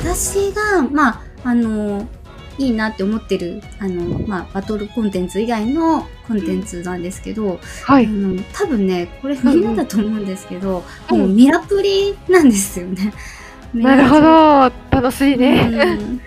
私が、まあ、あの、いいなって思ってる、あの、まあ、バトルコンテンツ以外のコンテンツなんですけど、はあい。の、多分ね、これんうみんんなだと思うんですけど、うんもうミラプリなんですよね。 なるほど。楽しいね。うん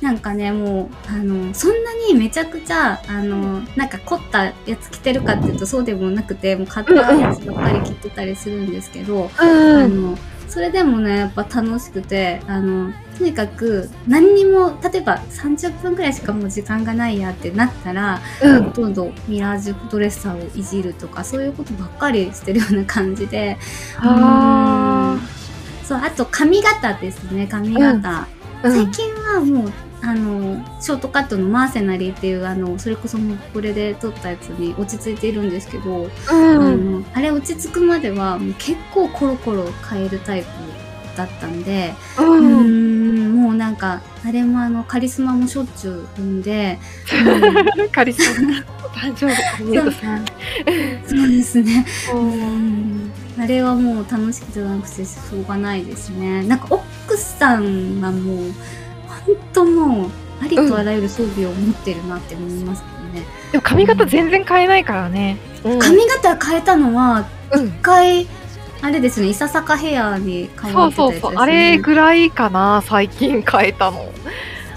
なんかねもうあのそんなにめちゃくちゃあのなんか凝ったやつ着てるかっていうとそうでもなくてもう買ったやつばっかり着てたりするんですけど、うんあ。のそれでもねやっぱ楽しくてあのとにかく何にも例えば30分ぐらいしかもう時間がないやってなったら、うんほとんどミラージュドレッサーをいじるとかそういうことばっかりしてるような感じであうんそうあと髪型ですね髪型、あ。うん最近はもうあのショートカットのマーセナリーっていうあのそれこそもうこれで撮ったやつに落ち着いているんですけど、うあん。のあれ落ち着くまではもう結構コロコロ変えるタイプだったんで、うーうん。 んもうなんかあれもあのカリスマもしょっちゅう産ん で、カリスマ。お誕生日おめでとうさん。そうですねうんあれはもう楽しくて楽しくてしょうがないですね。なんか奥さんはもう本当もうありとあらゆる装備を持ってるなって思いますけどね。でも髪型全然変えないからね。うん髪型変えたのはうん一。回あれですね、いささかヘアに変えそまうしたそうやつですね。そう。あれぐらいかな、最近変えたの。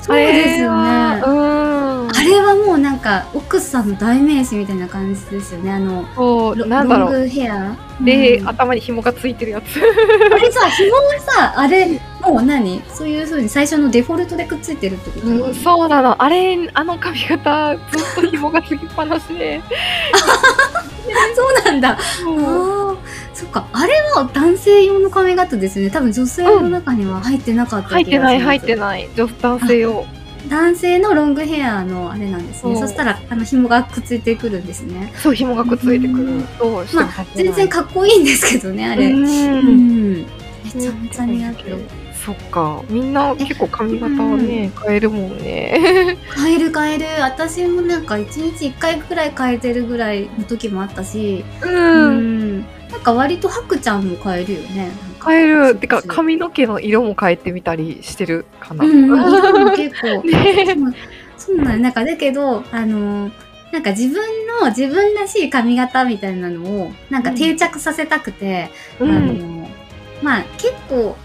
そうですよね。あれあはうん。れはもうなんか奥さんの代名詞みたいな感じですよね。あのそう、ロなんだロンろう。グヘア。で、うんあ頭に紐がついてるやつ。れさ、紐をさ、あれもう何そういう風に最初のデフォルトでくっついてるってこと、うんそうなの。あれ、あの髪型、ずっと紐がつきっぱなしで。そうなんだ。そあうあ、そっか。あれは男性用の髪型ですね。多分女性の中には入ってなかった入ってない、入ってい。ない。女男性用。男性のロングヘアのあれなんですね。そうそしたら、あの、紐がくっついてくるんですね。そう、紐がくっついてくうるん。そう、しても入ってない全然かっこいいんですけどね、あれ。ううん。ん。めちゃめちゃ似合ってる。そっか。みんな結構髪型をね、変えるもんね。変える変える。私もなんか一日一回くらい変えてるぐらいの時もあったし。うんん。なんか割とハクちゃんも変えるよね。なんか変える。てか、そう髪の毛の色も変えてみたりしてるかな。うん、色も結構。ね そうそうなんなんかだけど、あのーなんか自分の自分らしい髪型みたいなのをなんか定着させたくて、うあのん。ーまあ結構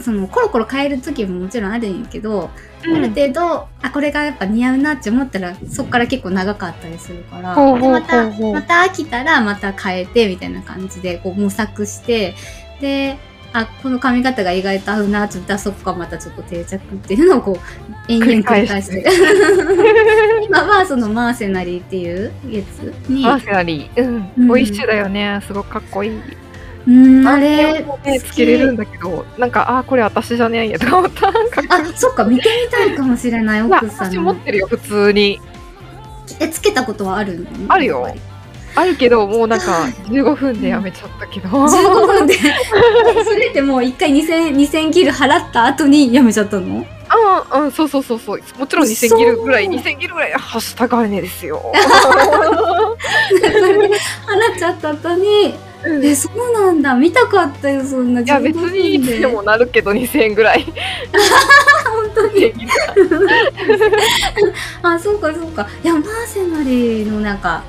そのコロコロ変える時ももちろんあるんやけど、ある程度あこれがやっぱ似合うなって思ったらそっから結構長かったりするから、ほうほうでまたほうほうまた飽きたらまた変えてみたいな感じでこう模索してであこの髪型が意外と合うなって言ったらそこからまたちょっと定着っていうのをこう 延々繰り返して繰 り今はそのマーセナリーっていうやつにマーセナリー。う。うんんボイッシュだよね。すごくかっこいい。うんあれもね、つけれるんだけど、なんか、あー、これ私じゃねえやと思った。なんか、あそっか見てみたいかもしれないまあ奥さん私持っのてるよ、普通に。えつけたことはあるのあるよあるけど、もうなん か、15分でやめちゃったけど。 15分で それってもう一回2000 2000ギル払った後にやめちゃったの うん、うん、そうそうそうそう。もちろん2000ギルぐらい、そう2000ギルぐらい、はしたがねですよ。払っちゃった後にうんえそうなんだ見たかったよそんないや、別にい15分つでもなるけど、2000円ぐらい。本当にあそうかそうかいやマーセナリーのなんか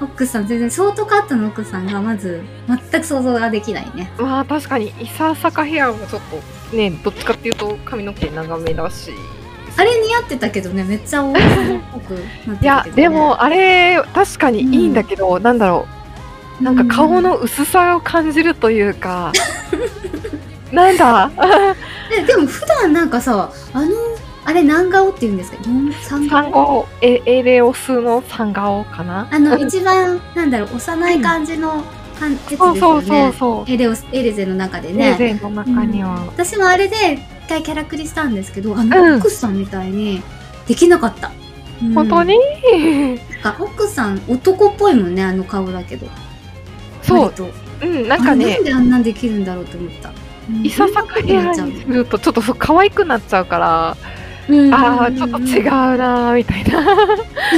奥さん全然ショートカットの奥さんがまず全く想像ができないねまあ、確かに、いささかヘアもちょっと、ね、どっちかっていうと、髪の毛長めだし。あれ似合ってたけどねめっちゃ大人っぽくなってたけどね、いや、でも、あれ、確かにいいんだけど、なんだろう。なんか顔の薄さを感じるというか、 なんだ、 えでも普段なんかさあのあれ何顔って言うんですか4三産顔後、えエレオスの産顔かな。あの一番なんだろう幼い感じの感じですそようねそうそうそう。エレオスエレゼの中でエねレゼの中には。私もあれで一回キャラクリしたんですけどあうんの奥さんみたいにできなかった、うん本当に、なんか奥さん男っぽいもんねあの顔だけどそ割う、とうん、なんかあれねなん、であんなんできるんだろうと思ったいささかヘアにすると、ちょっとそう可愛くなっちゃうから、ああ、ちょっと違ううなーみたいな。な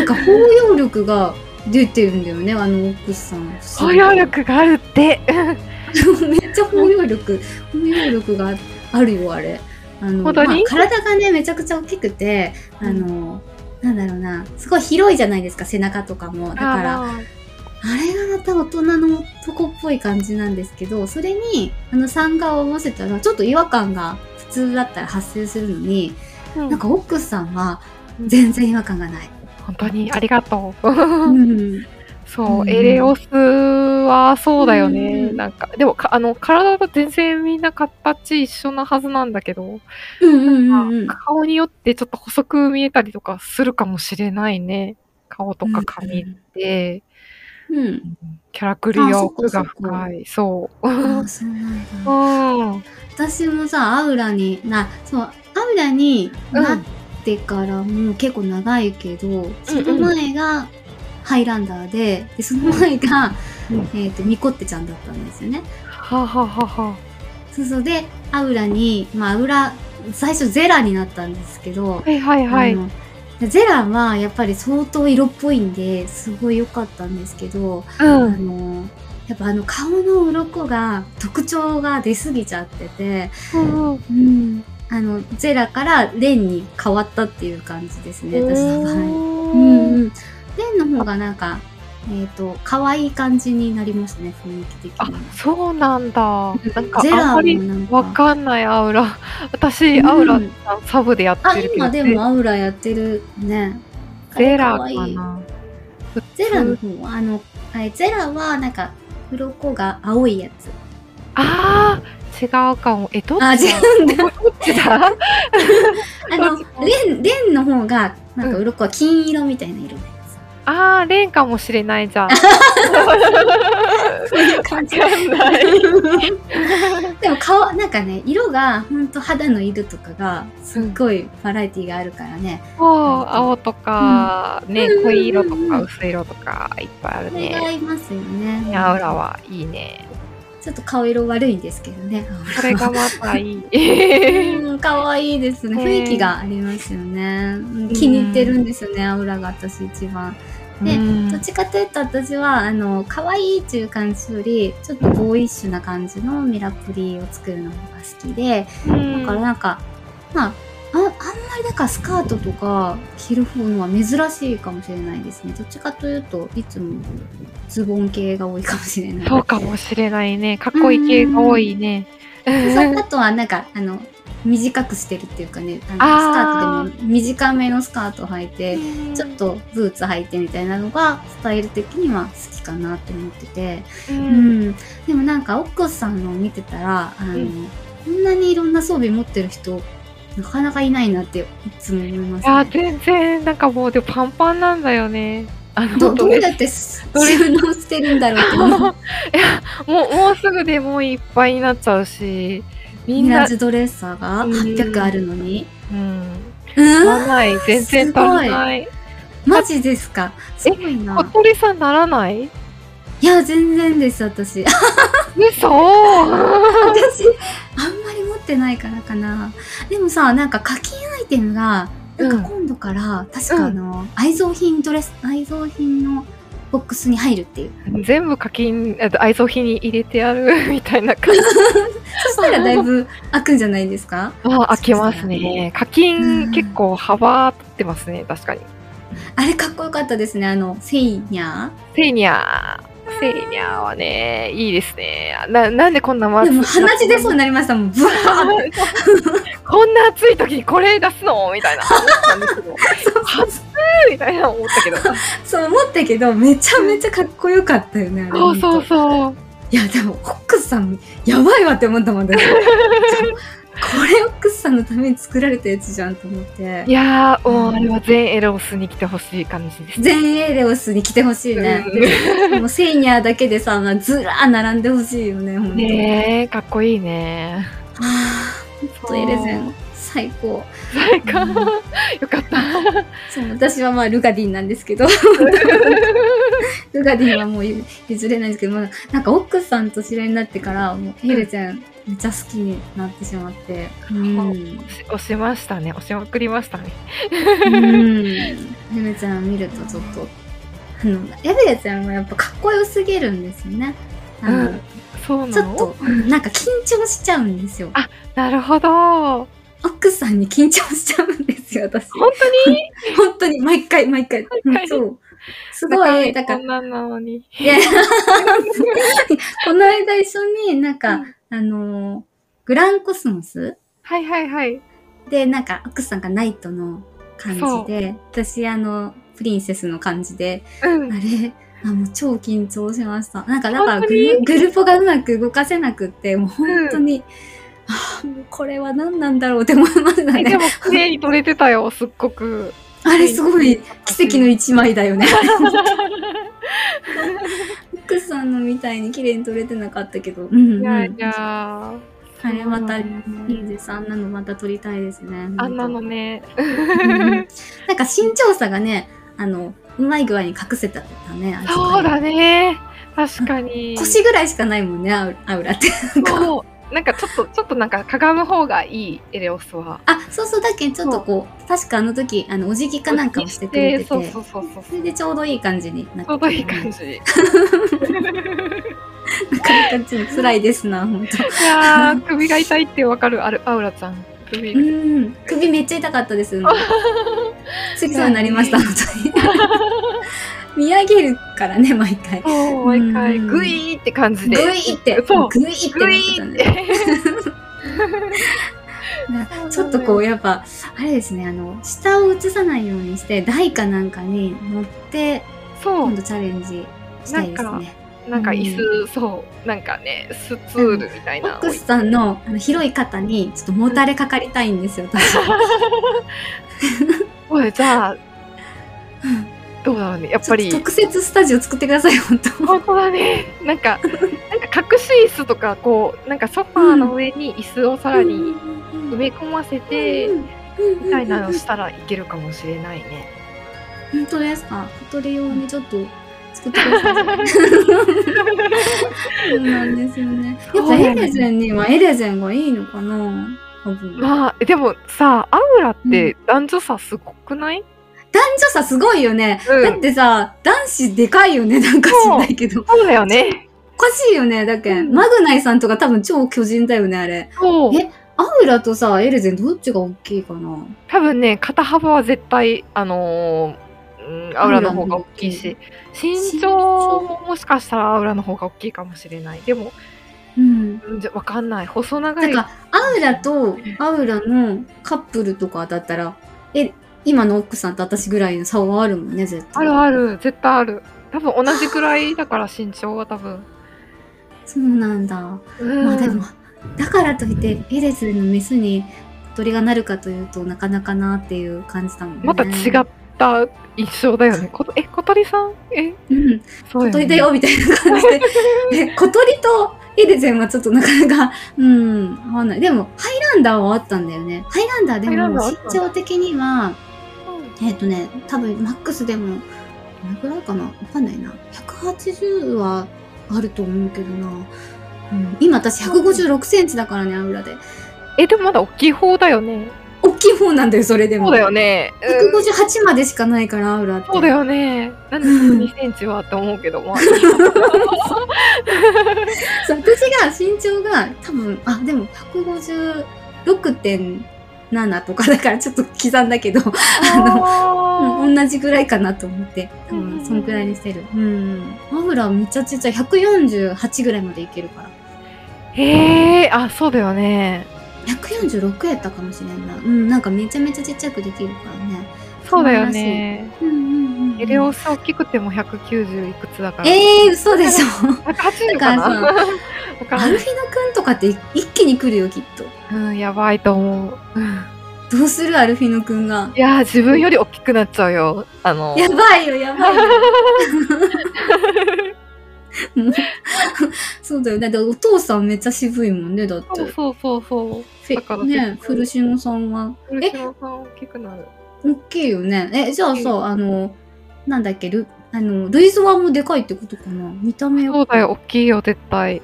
んか包容力が出てるんだよねあの奥さん包容力があるって。めっちゃ包容力包容力があるよあれあの本当にまあ体がねめちゃくちゃ大きくてあの、なんだろうなすごい広いじゃないですか背中とかもだからああーれがまた大人の男っぽい感じなんですけどそれにあのサンガを合わせたらちょっと違和感が普通だったら発生するのに、うんなんか奥さんは全然違和感がない。本当にありがとう。 うんそう、うんエレオスはそうだよね。うんなんか、でもか、あの、体と全然みんな形一緒なはずなんだけど、うんうんうんうんまあ顔によってちょっと細く見えたりとかするかもしれないね。顔とか髪って、うんキャラクリア奥があそっか深い。そああそうなんだう。うん。私もさアウラになそうアウラになってからもう結構長いけど、その前がハイランダーででその前が、うんえー、とミコッテちゃんだったんですよね。はあ、はあはあはそうそうでアウラにまあアウラ最初ゼラになったんですけどあ、、はいはいはいあ。のゼラはやっぱり相当色っぽいんですごい良かったんですけど、うあん。のやっぱあの顔の鱗が特徴が出すぎちゃってて。うんうん、あのゼラからレンに変わったっていう感じですね私の場合。うんううんん、レンの方がなんかえっ、と可愛い感じになりましたね雰囲気的あに。、そうなんだ。なんか、ゼあんラまもりなんわか。かんない、アウラ。私、うんアウラさんサブでやってあるけど。今でもアウラやってるね。ゼラあれか可愛いな。ゼラの方はあのあゼラはなんか鱗が青いやつ。ああ、違うかも。え、どっちだあ違うんだ。どっちだあのレンレンの方がなんか鱗は金色みたいな色のやああ、レンかもしれな いじゃん。わつ。そういう感じ。かんない。でも顔なんかね色がほんと肌の色とかがすっごいバラエティがあるからね、そう、青とか、ねう、ん濃い色とうんうんうかん薄い色とか、いっぱいあるこれが合ね。いますよねねアウラはいいね。ちょっと顔色悪いんですけどねこれがまたい い。うん可愛いですねね雰囲気がありますよねうん気に入ってるんですよねアウラが私一番ねうんどっちかというと私はあの可愛いっていう感じよりちょっとボーイッシュな感じのミラクリを作るのが好きでうんだからなんか、まあ、ああんまりなんかスカートとか着る方のは珍しいかもしれないですね。どっちかというといつもズボン系が多いかもしれない。そうかもしれないね。かっこいい系が多いね。 そうあとはなんかあの短くしてるっていうかねああのスカートでも短めのスカート履いてちょっとブーツ履いてみたいなのがスタイル的には好きかなと思ってて。うん、ううんん、でもなんか奥さんのを見てたらあの、うんこんなにいろんな装備持ってる人なかなかいないなっていつも思いまいや、す、ね。全然、なんかもう、でもパンパンなんだよね。あの、どどうねやって収納してるんだろうって思う いや、もう、もうすぐでもういっぱいになっちゃうし、 ミみんラーな、ジュドレッサーが800あるのに。うん、足うん、らない。全然足らない。マジですかすごいな。服部さんならないいや、全然です、私。嘘私、 あんまり持ってないからかな。でもさ、なんか課金アイテムが、なんか今度から、確かあの、愛蔵品ドレス、愛蔵品のボックスに入るっていう。 全部課金、あと愛想費に入れてやる みたいな感じ。そしたらだいぶ開くんじゃないですかまあ、開けますね。課金、うん結構幅取ってますね、確かに。あれかっこよかったですね。あの、セイニャセーニャー。セーニャーはね、いいですね。な、なんでこんなまー。でも鼻血出そうになりました もん。ブワーって。こんな暑い時にこれ出すのみたいな。思ったんですけど暑いみたいな思ったけど。そう思ったけど、めちゃめちゃかっこよかったよね。あれそうそう本そう。当いや、でも、ホックスさん、やばいわって思ったもんだこ れホックスさんのために作られたやつじゃんと思ってい。やー、もうあれは全エロスに来てほしい感じです。全エレオスに来てほしいね。でもうセイニャーだけでさ、まあずらー並んでほしいよね、ほんと。ねえ、かっこいいね。はぁ、ほんとエレゼン、最高。最高。よかった。そう私はまあルガディンなんですけど ルガディンはもう譲れないんですけど、まあ、なんか奥さんと知り合いになってからもうヘルちゃんめっちゃ好きになってしまってうん、うん、押し押しましたね。押しまくりましたね。ヘルちゃんを見るとちょっとあのエベレちゃんはやっぱかっこよすぎるんですよねあの、うんそうちなょっのとうんなんか緊張しちゃうんですよなるほど。奥さんに緊張しちゃうんですよ、私。本当に本当に、毎回、毎回。毎回そう。すごい、だから、女なのに。いや この間一緒になんか、うんあのーグランコスモスはいはいはい。で、なんか、奥さんがナイトの感じで、私、あの、プリンセスの感じで、うん。あれ、あもう超緊張しました。なんか、だから本グ当にル、グルポがうまく動かせなくって、もう本当に、ああもうこれは何なんだろうって思いましたえでね。も綺麗に撮れてたよ、すっごく。あれすごい奇跡の一枚だよ ね。奥さんのみたいに綺麗に撮れてなかったけど。うん、うん。いやいや。あれまた、ういいんです。あんなのまた撮りたいですね。あんなのね。うんなんか身長差がね、あの、うまい具合に隠せたんだね、あれ そうだね。確かに。腰ぐらいしかないもんね、アウアウラって。そう。なんかちょっと、ちょっとなんかかがむ方がいい、エレオスは。あ、そうそう、だっけちょっとこう、確かあの時、あの、お辞儀かなんかをしてくれてて、そうそうそうそう。それでちょうどいい感じに なってちょうどいい感じ。じ。いなかなかちょっと辛いですな、ほん と。やー、首が痛いってわかる、ある、アウラちゃん。首うが。ん、首めっちゃ痛かった です。つきそうになりました、本当に。見上げるからね、毎回。そう、毎回、うんグイーって感じグで。イって、そう。グイってグなっイてたーっね。て。 ちょっとこう、やっぱ、あれですね、あの、下を映さないようにして、台かなんかに乗って、そう今。度チャレンジしたいですなんね。なんか椅子、そう、なんかね、スツールみたいな。奥さんのあの広い肩に、ちょっともたれかかりたいんですよ、私。おい、じゃあ、どうだろうね。やっぱりちょっと、特設スタジオ作ってください、本当。本当だね。 なんか、なんか隠し椅子とか、こう、なんかソファーの上に椅子をさらに埋め込ませて、みたいなのしたらいけるかもしれないね。 本当ですか小鳥用にちょっと作ってください。そうなんですよね。やっぱエレゼンにはエレゼンがいいのかな多分。男まあ、でもさ、アウラって男女差すごくない、女差すごいよね。うんだってさ、男子でかいよね。なんか知んないけど。そうだよね。おかしいよね。だけ、うんん、マグナイさんとか多分超巨人だよね、あれ。そう。えアウラとさ、エレゼンどっちが大きいかな多分ね、肩幅は絶対、あのーうんアウラの方が大きいし、身長ももしかしたらアウラの方が大きいかもしれない。でも、うん。うんじゃわかんない。細長なんい。か、アウラとアウラのカップルとかだったら、え、今の奥さんと私ぐらいの差はあるもんね、絶あ対。るある、絶対ある。多分同じくらいだから身長は多分。そうなんだ。うんまあでも、だからといって、エレスのメスに小鳥がなるかというとなかなかなっていう感じだもんね。また違う。った印象だよね。ことえ、小鳥さんえ、うん、そう小よ、ね。鳥だよみたいな感じ で。え小鳥とエレゼンはちょっとなかなか、うん、合わない。でも、ハイランダーはあったんだよね。ハイランダーでハイランダーもあったんだ身長的には、うん。えっ、とね、多分マックスでも、どれくらいかなわかんないな。180はあると思うけどな。うん、今私156センチだからね、油で。え、でもまだ大きい方だよね。大きい方なんだよ、それでも。そうだよね。うん158までしかないから、アウラって。そうだ。よね。なんで2センチはって思うけ ど、まあ。私が身長が多分、あ、でも156.7とかだからちょっと刻んだけど、あうん同じぐらいかなと思って、多うんうんうん分そのくらいにしてる。うん。アウラめっちゃちっちゃい。148ぐらいまでいけるから。ーへえ、あ、そうだよね。 146やったかもしれんな。うん、なんかめちゃめちゃちっちゃくできるからね。そうだよね。うんうんうん。エレオス大きくても190いくつだから。えー、嘘でし ょ。 180かなだからわかアんなルいフィノくんとかって一気に来るよ、きっと。うん、やばいと思う。うんどうするアルフィノくんが。いやー、自分より大きくなっちゃうよ。あの、やばいよ、やばいよ。 もうそうだよ。だってお父さんめっちゃ渋いもんね、だって。そうそうそうそう。だからフェね、古島さんは。古島さん大きくなる。大きいよね。え、じゃあうさ、あの、なんだっけ、ル、あの、ルイゾワもでかいってことかな見た目そうだよ、。大きいよ、絶対。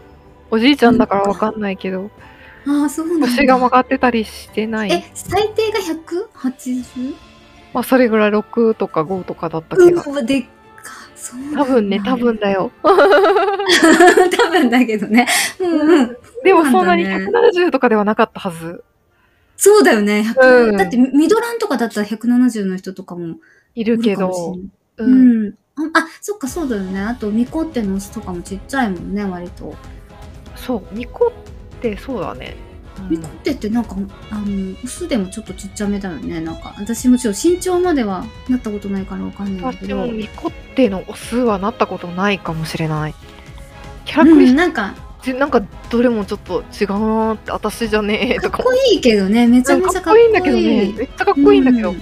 おじいちゃんだからわかんないけど、ああ、そうなんだ。腰が曲がってたりしてない。え、最低が 180? まあ、それぐらい6とか5とかだった気が。うわ、でっか。そうなんだ多分ね、多分。だよ。 多分だけどね。うんうん。でもそんなにそうなんだね170とかではなかったはず。そうだよね。100うんだって、ミドランとかだったら170の人とかもいるいるけかもしどれ、ない。うんうん。あ、あそっか、そうだよね。あと、ミコってのオスとかもちっちゃいもんね、割と。そうミコってそうだね、うんミコってってなんか、あの、オスでもちょっとちっちゃめだよね。なんか、私もちろん身長まではなったことないからわかんないけ私ど。もうミコってのオスはなったことないかもしれないキャラクリん、スなんか、テ、なんかどれもちょっと違うなって私じゃねえかとっかこいいけどね。めちゃうんめかちゃっかっここいいいい。んだけどねめっちゃかっこいいんだけど、う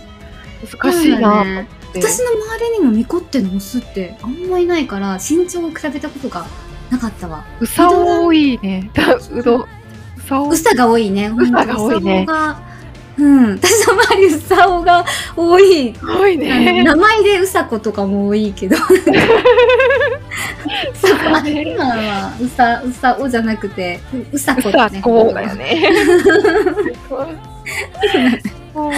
難しいなと思って、私の周りにもミコってのオスってあんまいないから身長を比べたことがなかったわ。うさ多いねだうどうさおウサが多いね。サが多いねウサオがうん、私の周りウサオが多い。多いあのね名前でウサコとかも多いけど。ウサコあ今はウサウサオじゃなくてウウサコうださね。こだよね そう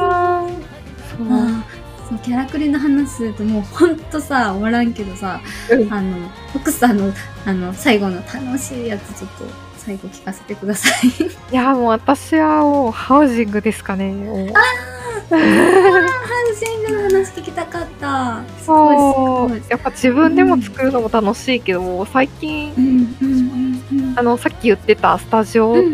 あーそうキャラクリの話するともうほんとさ終わらんけどさ、うんあの奥さんのあの最後の楽しいやつちょっと最後聞かせてくださ いいやもう私はもうハウジングですかねもうハウジングの話聞きたかったすごいすごそういやっぱ自分でも作るのも楽しいけど、最近うんうんうんあのさっき言ってたスタジオうんうんう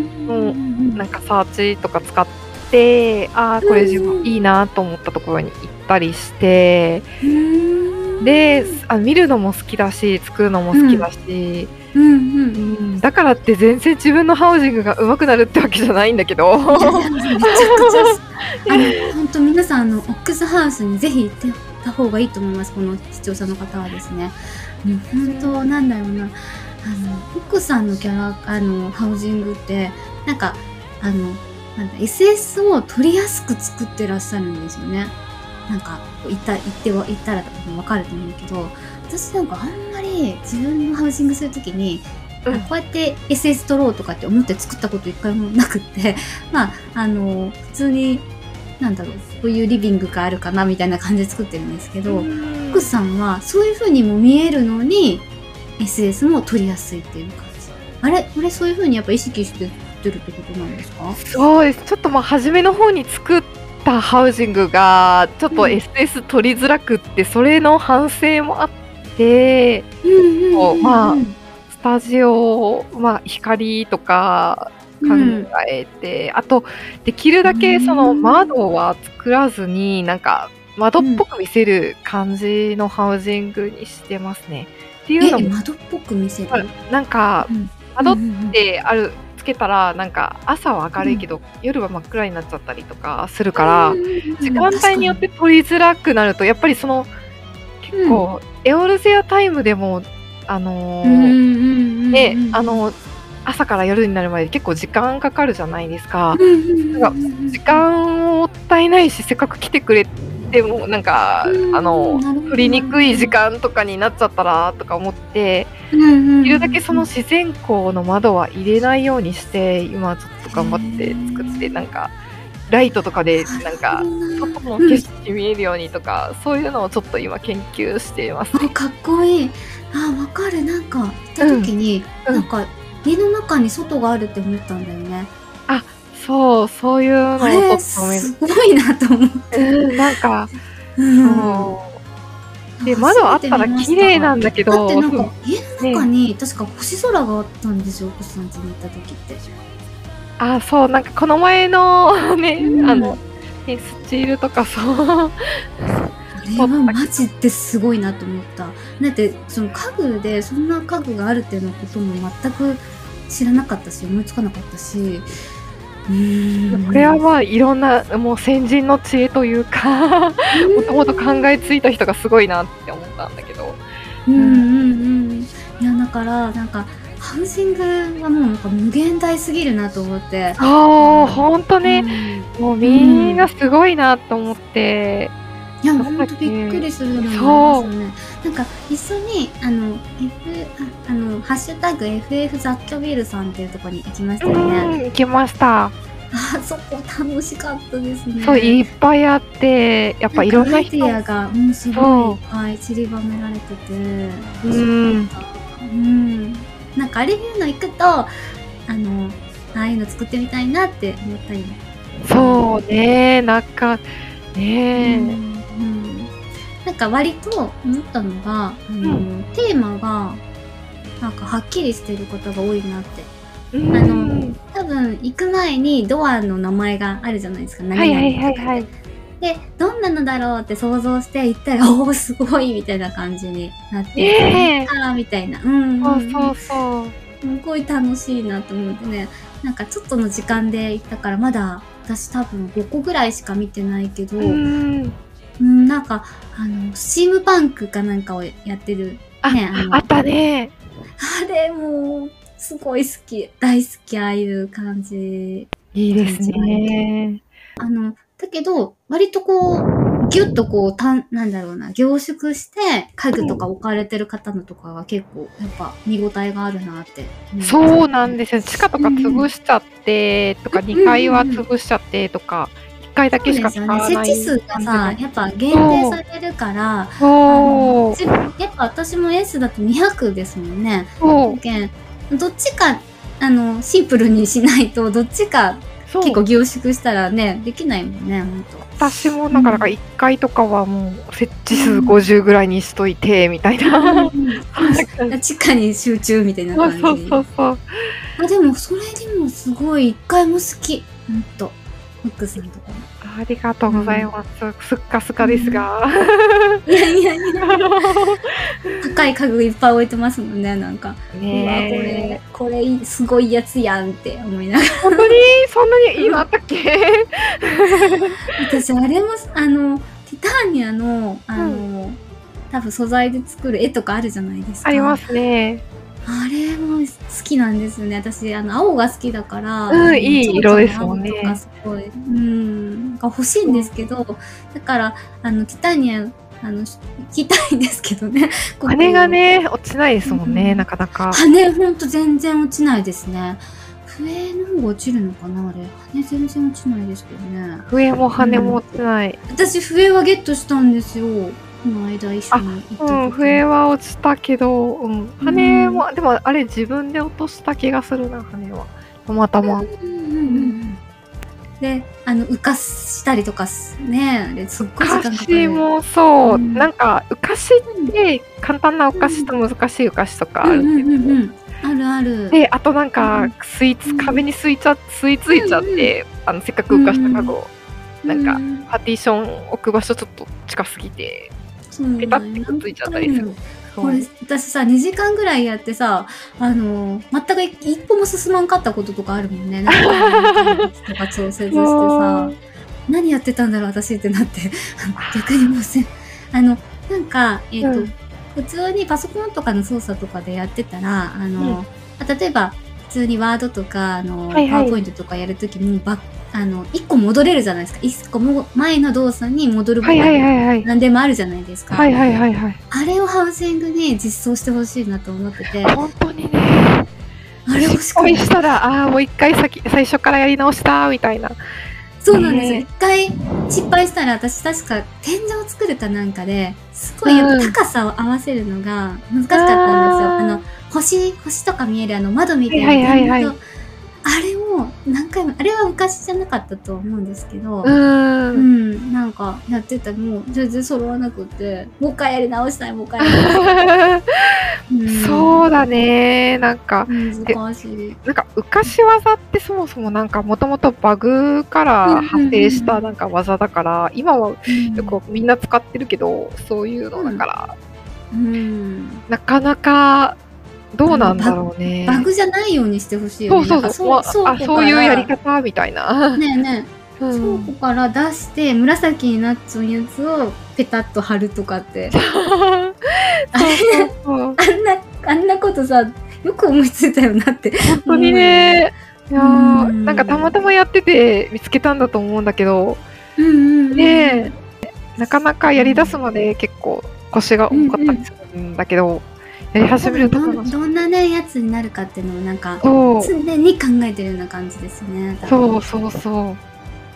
んなんかサーチとか使って、ああこれ自うん分いいなと思ったところに行ったりして、うんであ見るのも好きだし作るのも好きだし、うんうんうんうんだからって全然自分のハウジングが上手くなるってわけじゃないんだけどい やいやめちゃくちゃあの本当皆さんあのオックスハウスにぜひ行ってた方がいいと思いますこの視聴者の方はですね本当なんだろうなあの奥さんのキャラあのハウジングってなんかあのなんだ SS を取りやすく作ってらっしゃるんですよねなんか行った行っては行ったら分かると思うんだけど私なんかあんまり自分のハウジングするときに、あうんこうやって SS 取ろうとかって思って作ったこと一回もなくってまあ、あの、普通に、なんだろう、こういうリビングがあるかなみたいな感じで作ってるんですけど、奥さんはそういう風にも見えるのに、SS も取りやすいっていう感じ。あれこれそういう風にやっぱ意識してってるってことなんですかそうですちょっとまあ初めの方に作ったハウジングがちょっとうん SS 取りづらくって、それの反省もあってうんうんうんうんまあうんスタジオ、まあ、光とか考えて、あとできるだけそのうん窓は作らずになんか窓っぽく見せる感じのハウジングにしてますね。っていうのえ、も窓っぽく見せる。なんかうん窓っってあるつけたらなんか朝は明るいけど、夜は真っ暗になっちゃったりとかするから、時間帯によって取りづらくなるとやっぱりその結構、エオルゼアタイムでもあのーね、あ、の朝から夜になるまで結構時間かかるじゃないですか。なんか時時間もったいないしせっかく来てくれてもなんかあの取りにくい時、間とかになっちゃったらとか思ってでできるだけその自然光の窓は入れないようにして今ちょっと頑張って作ってなんかライトとかでなんか外の景色見えるようにとかそういうのをちょっと今研究しています。あかっこいいあわかるなんか行った時に、うんなんか家の中に外があるって思ったんだよね、そうそういうのをあちょっれと思いますすごいなと思う、うんなんか、うんそうで窓あったら綺麗なんだだけだどってなんそうか家の中に、確か星空があったんですよ奥さん家に行った時ってあそうなんかこの前の ね、うんあのねスチールとかそうあれはマジってすごいなと思っただってその家具でそんな家具があるっていうのことも全く知らなかったし思いつかなかったしうーんこれはまあいろんなもう先人の知恵というかもともと考えついた人がすごいなって思ったんだけどうんうんうんいやだからなんかハウジングはもうなんか無限大すぎるなと思ってああほんとね、うんもうみんなすごいなと思って、いやそうほんとびっくりするようなそもうんですよねなんか一緒にあの F ああのハッシュタグ FF ザッキョビールさんっていうところに行きましたうよね、ん行きましたあそこ楽しかったですねそういっぱいあってやっぱいろんな人アイデアがうんすごいいっぱい散りばめられててうんうんなんかあれいうの行くとあのああいうの作ってみたいなって思ったりそうねなんかうねんうんなんか割と思ったのが、あのうテーマがなんかはっきりしてることが多いなってえ、んあのうん多分行く前にドアの名前があるじゃないですか何はい々はいはいはいでどんなのだろうって想像して行ったらおおすごいみたいな感じになって、ねえあーみたいなうんそんうそうそうすごい楽しいなと思ってねなんかちょっとの時間で行ったからまだ私多分5個ぐらいしか見てないけど、うんうん、なんか、あの、スチームパンクかなんかをやってる。あね、あの、あったねあれもう、すごい好き。大好き、ああいう感じ。いいですねあの、だけど、割とこう、ぎゅっとこう、たん、なんだろうな、凝縮して、家具とか置かれてる方のとかが結構、やっぱ、見応えがあるなって。。そうなんですすよ。地下とか潰しちゃってとか、うん2階は潰しちゃってとか、1階だそけうしでかす使よわね。ない。設置数がさ、やっぱ限定されるから、あそのう。ちやっぱ私も S だと200ですもんね。そう。けんどっちかあのシンプルにしないとどっちかそう結構凝縮したらねできないもんねほんと 私もだからうん1階とかはもう設置数50ぐらいにしといて、みたいな。地下に集中みたいなそう感じそうそうそう。あでもそれでもすごい一回も好きほんとフックさんとかありがとうございます。すっかすかですが。いやいやいや高い家具いっぱい置いてますもんねなんか、うわこねえれ。これいいすごいやつやんって思いなが ら本当にそんなにいいのあったっけ私あれもあのティターニアのあの、多分素材で作る絵とかあるじゃないですかありますね。あれも好きなんですよね。私、あの、青が好きだから。うんいい色ですもんね蝶々の青とかすごい。うん。が欲しいんですけど、だから、あの、ティタニア、あの、し行きたいんですけど ね。ここ羽が。ね、落ちないですもんね、うんなかなか。羽、ほんと全然落ちないですね。笛の方が落ちるのかなあれ。羽全然落ちないですけどね。笛も羽も落ちない。私、笛はゲットしたんですよ。この間一緒に行った時うん、笛は落ちたけど、うん、羽も、でもあれ自分で落とした気がするな、羽は。たまたうま。んうんうんで、あの、浮かしたりとかすね、で、すっごい時間歌かか詞る。もそう、うんなんか、浮かしって、簡単な浮かしと難しい浮かしとかあるうけんど、うんうんうん、あるある。で、あとなんか、うん吸いつ、うん壁に吸いちゃ、吸いついちゃって、あの、せっかく浮かした家具を、なんう、かパーティション置く場所ちょっと近すぎて、そうペタってくっついちゃったりする。そうこれ私さ2時間ぐらいやってさあのー全く一歩も進まんかったこととかあるもんねなんかとか調節してそさう何やってたんだろう私ってなって逆にもうせんあのなんかえっ、と、うん普通にパソコンとかの操作とかでやってたらあの、あ例えば普通にワードとかあの、はいはいパワーポイントとかやるときにばあの1個戻れるじゃないですか1個も前の動作に戻るボタはいン、はいはいはい。何でもあるじゃないですか。はいはいはいはい。あれをハウシングに実装してほしいなと思ってて、あ本当にね。れ欲し失くな敗いしたら、ああー、もう一回先、最初からやり直した、みたいな。そうなんですよ。ね一回失敗したら私確か天井を作るかなんかで、すごいやっぱ高さを合わせるのが難しかったんですよ。あーあの、星、星とか見えるあの窓みたいなはいはいはい天井あれを何回も、あれは昔じゃなかったと思うんですけど、うー。うんん、なんかやってたらもう全然揃わなくて、もう一回やり直したい、もう一回やり直したい。 そうだね。なんか、うん。難しい。なんか、浮かし技ってそもそもなんか、もともとバグから派生しうんたうんなんか技だから、今はうんこうみんな使ってるけど、そういうのだから、うんなかなか、どうなんだろうね。バグじゃないようにしてほしいそようね。そなうんかそう。まあそうあ、倉庫そうからいうやり方みたいな。ねえねうえ、ん倉庫から出して紫になっちゃうやつをペタッと貼るとかって。そうそうそう。あんな、あんなことさ、よく思いついたよなって。本当にね。いやーうんなんかたまたまやってて見つけたんだと思うんだけど、うんうんうん。ねえなかなかやり出すまで結構腰が重かったりするんだけど、やり始めると多分ど楽しい。どんなね、やつになるかっていうのをなんか、そう常に考えてるような感じですね。。そううそうそう。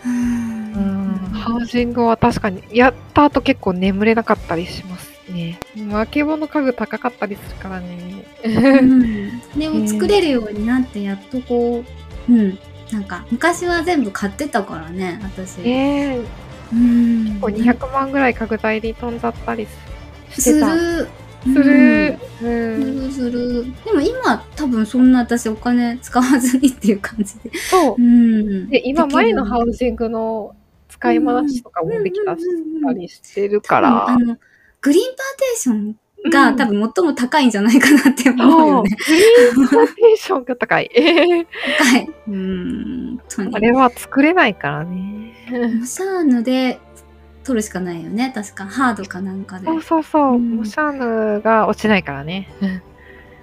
うん。うん、ハウジングは確かにやった後結構眠れなかったりしますね。化け物家具高かったりするからね。うん、それを作れるようになってやっとこう、うん、なんか昔は全部買ってたからね私、ねうえんこう200万ぐらい拡大で飛んじゃったりしてすたするる、ううんんするするでも今多分そんな私お金使わずにっていう感じで そううんで今きる前のハウジングの使い回しとかもできたしうんうんうんうんたりしてるから、あのグリーンパーテーションが、うん多分最も高いんじゃないかなって思うそうよグね。リーンパーテーションが高い。ええ高い。うーん、とにあれは作れないからね。モシャーヌで取るしかないよね。確か、ハードかなんかで。そうそうそう、うんモシャーヌが落ちないからね。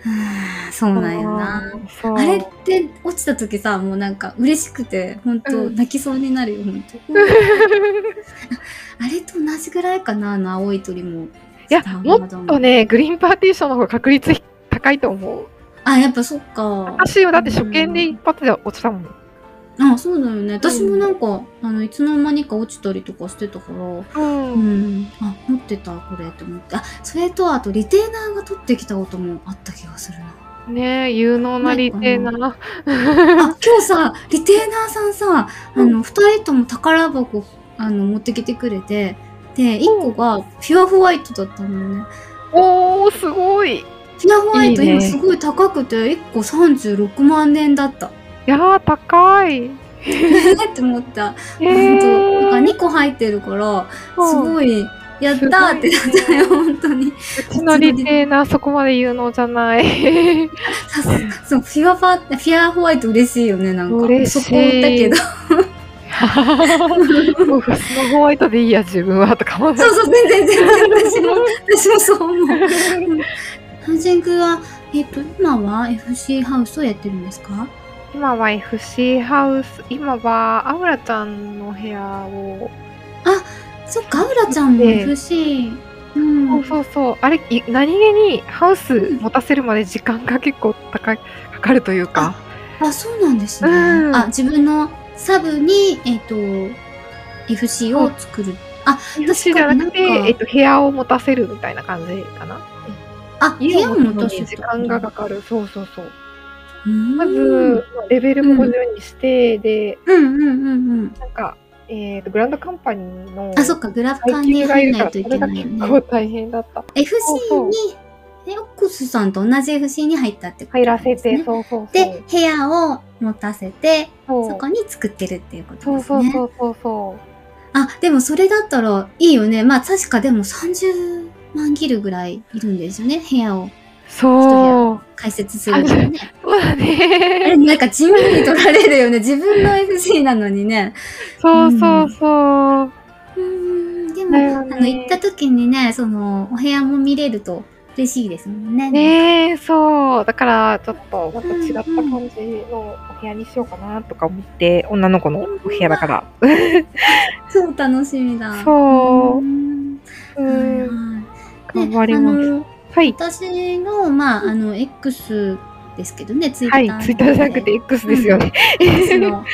はあそうなんよな。うん。そう あれって落ちた時さ、もうなんか嬉しくて、本当、うん泣きそうになるよ、本当。あれと同じぐらいかな、あの青い鳥も。いやスタ、ーもマっドンとね、グリーンパーティションの方が確率高いと思う。あ、やっぱそっか。私はだって初見で一発で落ちたもん。あ、そうだよね。私もなんか、あの、いつの間にか落ちたりとかしてたから。うんうん、あ持ってたこれって思ってあそれとあとリテーナーが取ってきたこともあった気がするなね有能なリテーナー。あ今日さリテーナーさんさあうの2人とも宝箱あの持ってきてくれてで1個がピュアホワイトだったんだよねおー、すごい。いピュアホワイトいいね今すごい高くて1個36万円だった やー、高い。ええーって思った、本当なんか2個入ってるからすい。ごいやったーってなったよす ご本当にうちのリテーナー、そこまで有能じ ゃない。さすそう、フィアパフィアホワイト嬉しいよね、なんか。嬉しいそこだけど。もう、スノーホワイトでいいや、自分は、とかも。そうそう、全然全然、私も、私もそう思う。 ハウジングは、えっと、今は FC ハウスをやってるんですか今は FC ハウス、今は、アウラちゃんの部屋を、そっか、アウラちゃんもええ FC。うん。そうそうそう、あれ、い何気にハウス持たせるまで時間が結構高いかかるというか、あ、そうなんですね。うんあ、自分のサブに、えっと、FC を作る。 FC じゃなくて、なんかえっと、部屋を持たせるみたいな感じかな。あ、部屋も持たせ私るのに時間がかかる。そうそうそう。ままず、、まあレベルも50にして、で、うんうんうんうん。なんか、えっと、グランドカンパニーの、あ、そっか、グラフ管階に級がい入るらかないら、とそいけれがないよ結ね。構大変だった。 FC にそうそうエオックスさんと同じ FC に入ったってこと入ならんでせすて、ね。そうそうそう。で、部屋を持たせて、そうそこに作ってるっていうことそでうすそうね。そうそうそあ、でもそれだったらいいよね。まあ確かでも30万ギルぐらいいるんですよね。部屋をう。そう。解説するのにね。そうだね。え、 なんか地味に取られるよね。自分の FC なのにね。そうそうそう。うーん、でも、だよあねの、行った時にね、その、お部屋も見れると嬉しいですもんね。ねえ、そう。だから、ちょっと、また違った感じのお部屋にしようかなとか思って、女の子のお部屋だから。超楽しみだ。そうーんうはん。い頑張ります。す。はい。私の、まあ、あの、X ですけどね、ツイッターはの方で。い。ツイッターじゃなくて X ですよね。 X の、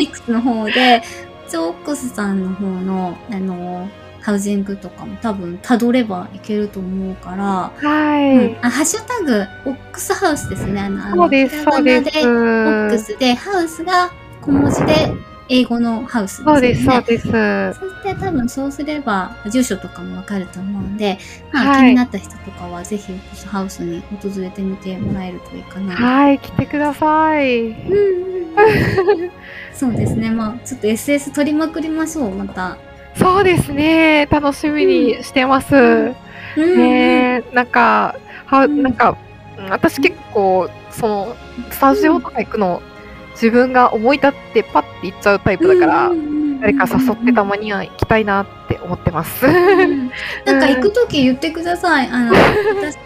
X の方で、ジョークスさんの方の、あの、ハウジングとかも多分、辿ればいけると思うから、うんはあ、ハッシュタグ、オックスハウスですね。あの、あい。のそうです、ひらがそうなでオす。ックスで、ハウスが小文字で、英語のハウスですそようね。です、そうです。そして多分そうすれば住所とかもわかると思うんで、まあはい気になった人とかはぜひオックスハウスに訪れてみてもらえるといいかな。はい。来てください。うんうんうん、 そうですね。まあちょっと SS 取りまくりましょう、また。そうですね。楽しみにしてます。うんねえ、なんか、は、うんなんか、うん私結構、その、スタジオとか行くの、自分が思い立ってパッて行っちゃうタイプだから、誰か誘ってたまに。には行きたいなって思ってます。うんなんか行くとき言ってください。あの、私、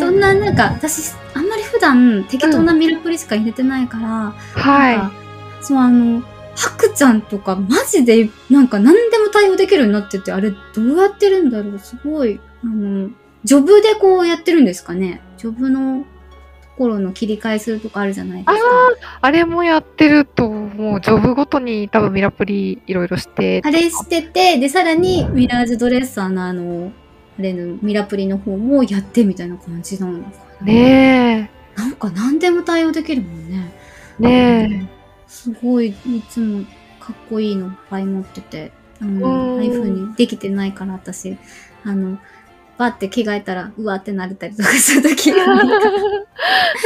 どんな、なんか、私、あんまり普段適当なミルプリしか入れてないから、はい。なんかそう、あの、ハクちゃんとかマジでなんか何でも対応できるようになってて、あれどうやってるんだろうすごい。あの、ジョブでこうやってるんですかねジョブのところの切り替えするとかあるじゃないですか。あれもやってると、もう、ジョブごとに多分ミラプリいろいろしてあ、れしてて、で、さらにミラージュドレッサーのあの、あれのミラプリの方もやってみたいな感じなのかな。ねなんか何でも対応できるもんね。え、ねえ、すごい、いつもかっこいいのいっぱい持ってて、あうんの、ああいう風にできてないから私、あの、バって着替えたら、うわってなれたりとかするとき があるから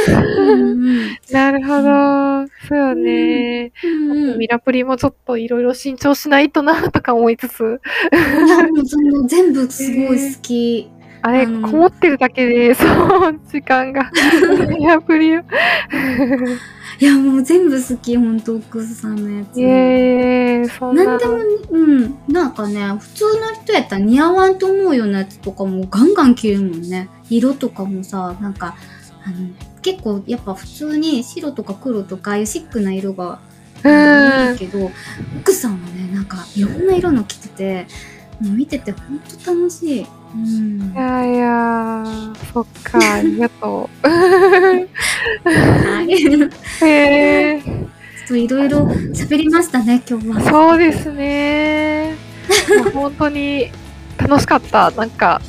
うんうんなるほど。そうよね。うん うんミラプリもちょっといろいろ慎重しないとなとか思いつつ、いやもうその全部すごい好き。あれ、あのこもってるだけで、 そう、時間が。ミラ プリを。いや、もう全部好き、ほんと、奥さんのやつ。イエーイ、そんななんのでも、うん、なんかね、普通の人やったら似合わんと思うようなやつとかもガンガン着るもんね。色とかもさ、なんか、あの、結構やっぱ普通に白とか黒とかああいうシックな色が多いけど、奥さんはね、なんかいろんな色の着てて、もう見ててほんと楽しい。うんい。やいやー、そっか、ありがとはい。 ちょう。へ えー、っといろいろ喋りましたね、今日は。そうですね。まあ本当に楽しかった。なんか、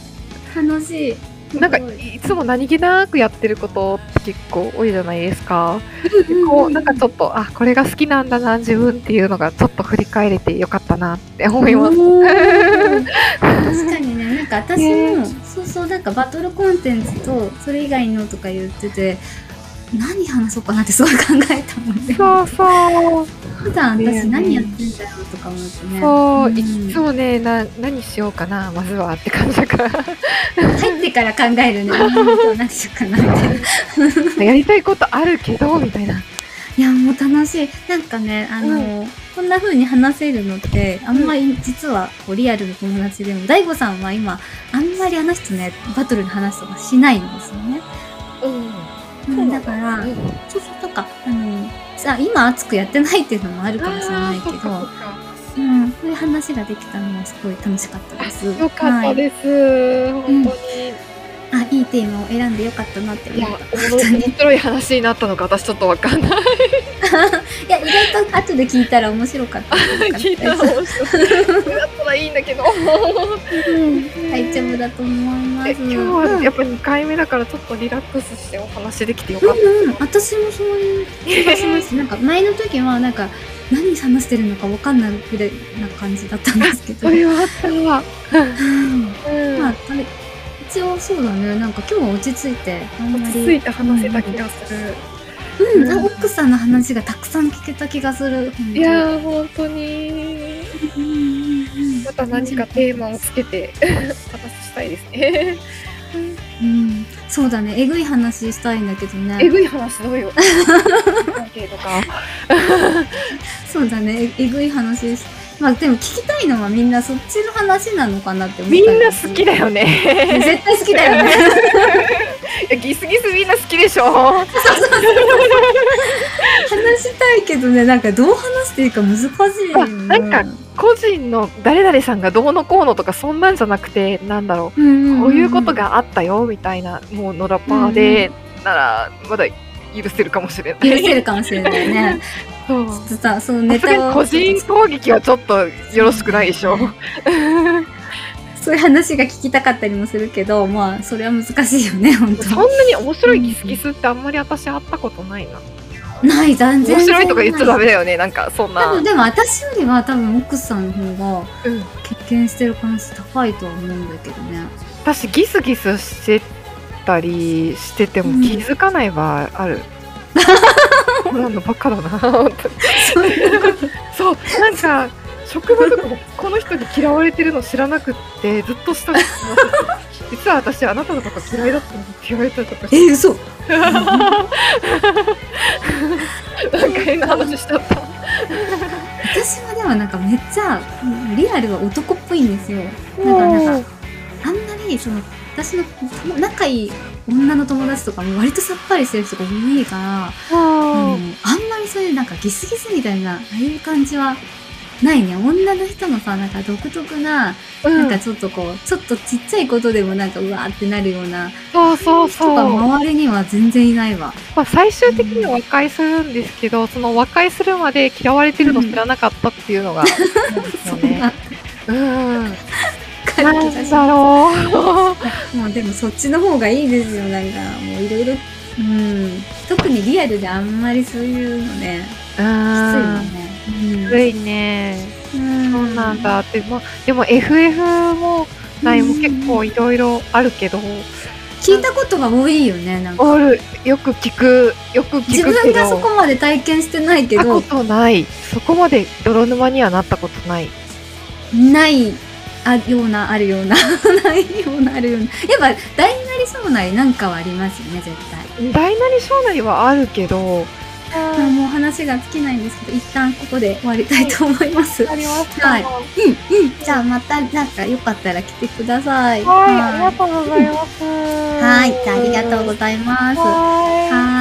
楽しい。なんかすごいいつも何気なくやってることって結構多いじゃないですか。うんうんうんこう、なんかちょっと、あ、これが好きなんだな、自分っていうのがちょっと振り返れてよかったなって思います。おー確かにねなんか私ねもそうそうなんかバトルコンテンツとそれ以外のとか言ってて何話そうかなってすごい考えたもんねそうそう。普段ね私何やってんだろうとか思ってねそう、んいつもね、な、何しようかな、まずはって感じだから。入ってから考え るね今日何しようかなみたいなやりたいことあるけど、みたいな。いやもう楽しいなんかねあの、こんな風に話せるのってあんまり実はこうリアルの友達でも大悟さんは今あんまりあの人ねバトルの話とかしないんですよね、うん。うん、だからそうそうとかあのさ今熱くやってないっていうのもあるかもしれないけあーそっどかそっかうん、そういう話ができたのはすごい楽しかったです。よかったはい、です、ん本あいいテーマを選んでよかったなって当思うに。いいやや、面白い話になったのか、私ちょっとわかんない。意外と後で聞いたら面白かった 聞いたらです面白い。これだったらいいんだけど。うん大丈夫だと思いまえす。今日はやっぱ2回目だから、ちょっとリラックスしてお話できてよかっうん、うん、私もそういう気がします。なんか前の時はなんか何話してるのかわかんないぐらいな感じだったんですけた。ど そ。れはあったわ。うんうんまあ、あれ一応そうだね。なんか今日は落ち着いて、あんまり。落ち着いて話せた気がする。うん、なんか奥さんの話がたくさん聞けた気がする。本当にいやー、本当に。うんうんうんまた何かテーマをつけて、お 話ししたいですね。うん、そうだね。えぐい話したいんだけどえね。ぐい話どう よ。関係とか。そうだね。ええぐい話し。まあでも聞きたいのはみんなそっちの話なのかなって思ったみんりな好きだよね。絶対好きだよね。いやギスギスみんな好きでしょ。話したいけどね、なんかどう話していいか難しいよ、ね。あなんか個人の誰々さんがどうのこうのとかそんなんじゃなくてなんだろうんうんう、うん、こういうことがあったよみたいなもうのラパーで、ならまだ許せるかもしれな許い。せるかもしれないね。 そうちょっとさ、そのネさすがタにを。個人攻撃はちょっとよろしくないで しょ。そういう話が聞きたかったりもするけど、まあ、それは難しいよね、本そん当なに面白いギスギスってあんまり私会ったことないな。ない、全然。面白いとか言っちゃダメ。メだよね。なんかそん多な。分、でも私よりは多分奥さんの方がうん経験してる感数高いとは思うんだけどね。私ギスギスしてたりしててうもん気づかない場合 ある。こんなのばっかだな。本当にそういうことそうなんか職場とかもこの人に嫌われてるの知らなくってずっとしたんですよ実は私あなたのこと嫌いだったのって言われたりとかしてえ、嘘 なんか変な話しちゃった。私はでもなんかめっちゃ、リアルは男っぽいんですよ。なんか、なんか、あんまり、その、私の仲いい女の友達とかも割とさっぱりしてる人が多いから、あのああんまりそういうなんかギスギスみたいな、ああいう感じはないね。女の人のさ、なんか独特な、ーなんうかんちょっとこう、ちょっとちっちゃいことでもなんかうわーってなるようなそうそう人がそう。周りには全然いないわ。まあ、最終的には和解するんですけど、その和解するまで嫌われてるの知らなかったっていうのが、 そうですよそんね。なうん。感なじがんしまだろう。 す。もうでもそっちの方がいいですよ。なんか、もういろいろうん、特にリアルであんまりそういうのねうきついんよね、ついねうん、そうなんだってもうでも FF もないもうん結構いろいろあるけど、聞いたことが多いよねなんかあるよく聞くよく聞自く分けどがそこまで体験してないけしたこどとないそこまで泥沼にはなったことないないあようなあるような ないようなあるようなやっぱ大なり小なりなんかはありますよね絶対大なり小なりはあるけどまあもう話が尽きないんですけど一旦ここで終わりたいと思います、ありますはいはうんうんじゃあまたなんかよかったら来てくださいい、ありがとうございます、はいじゃあありがとうございますはいはーい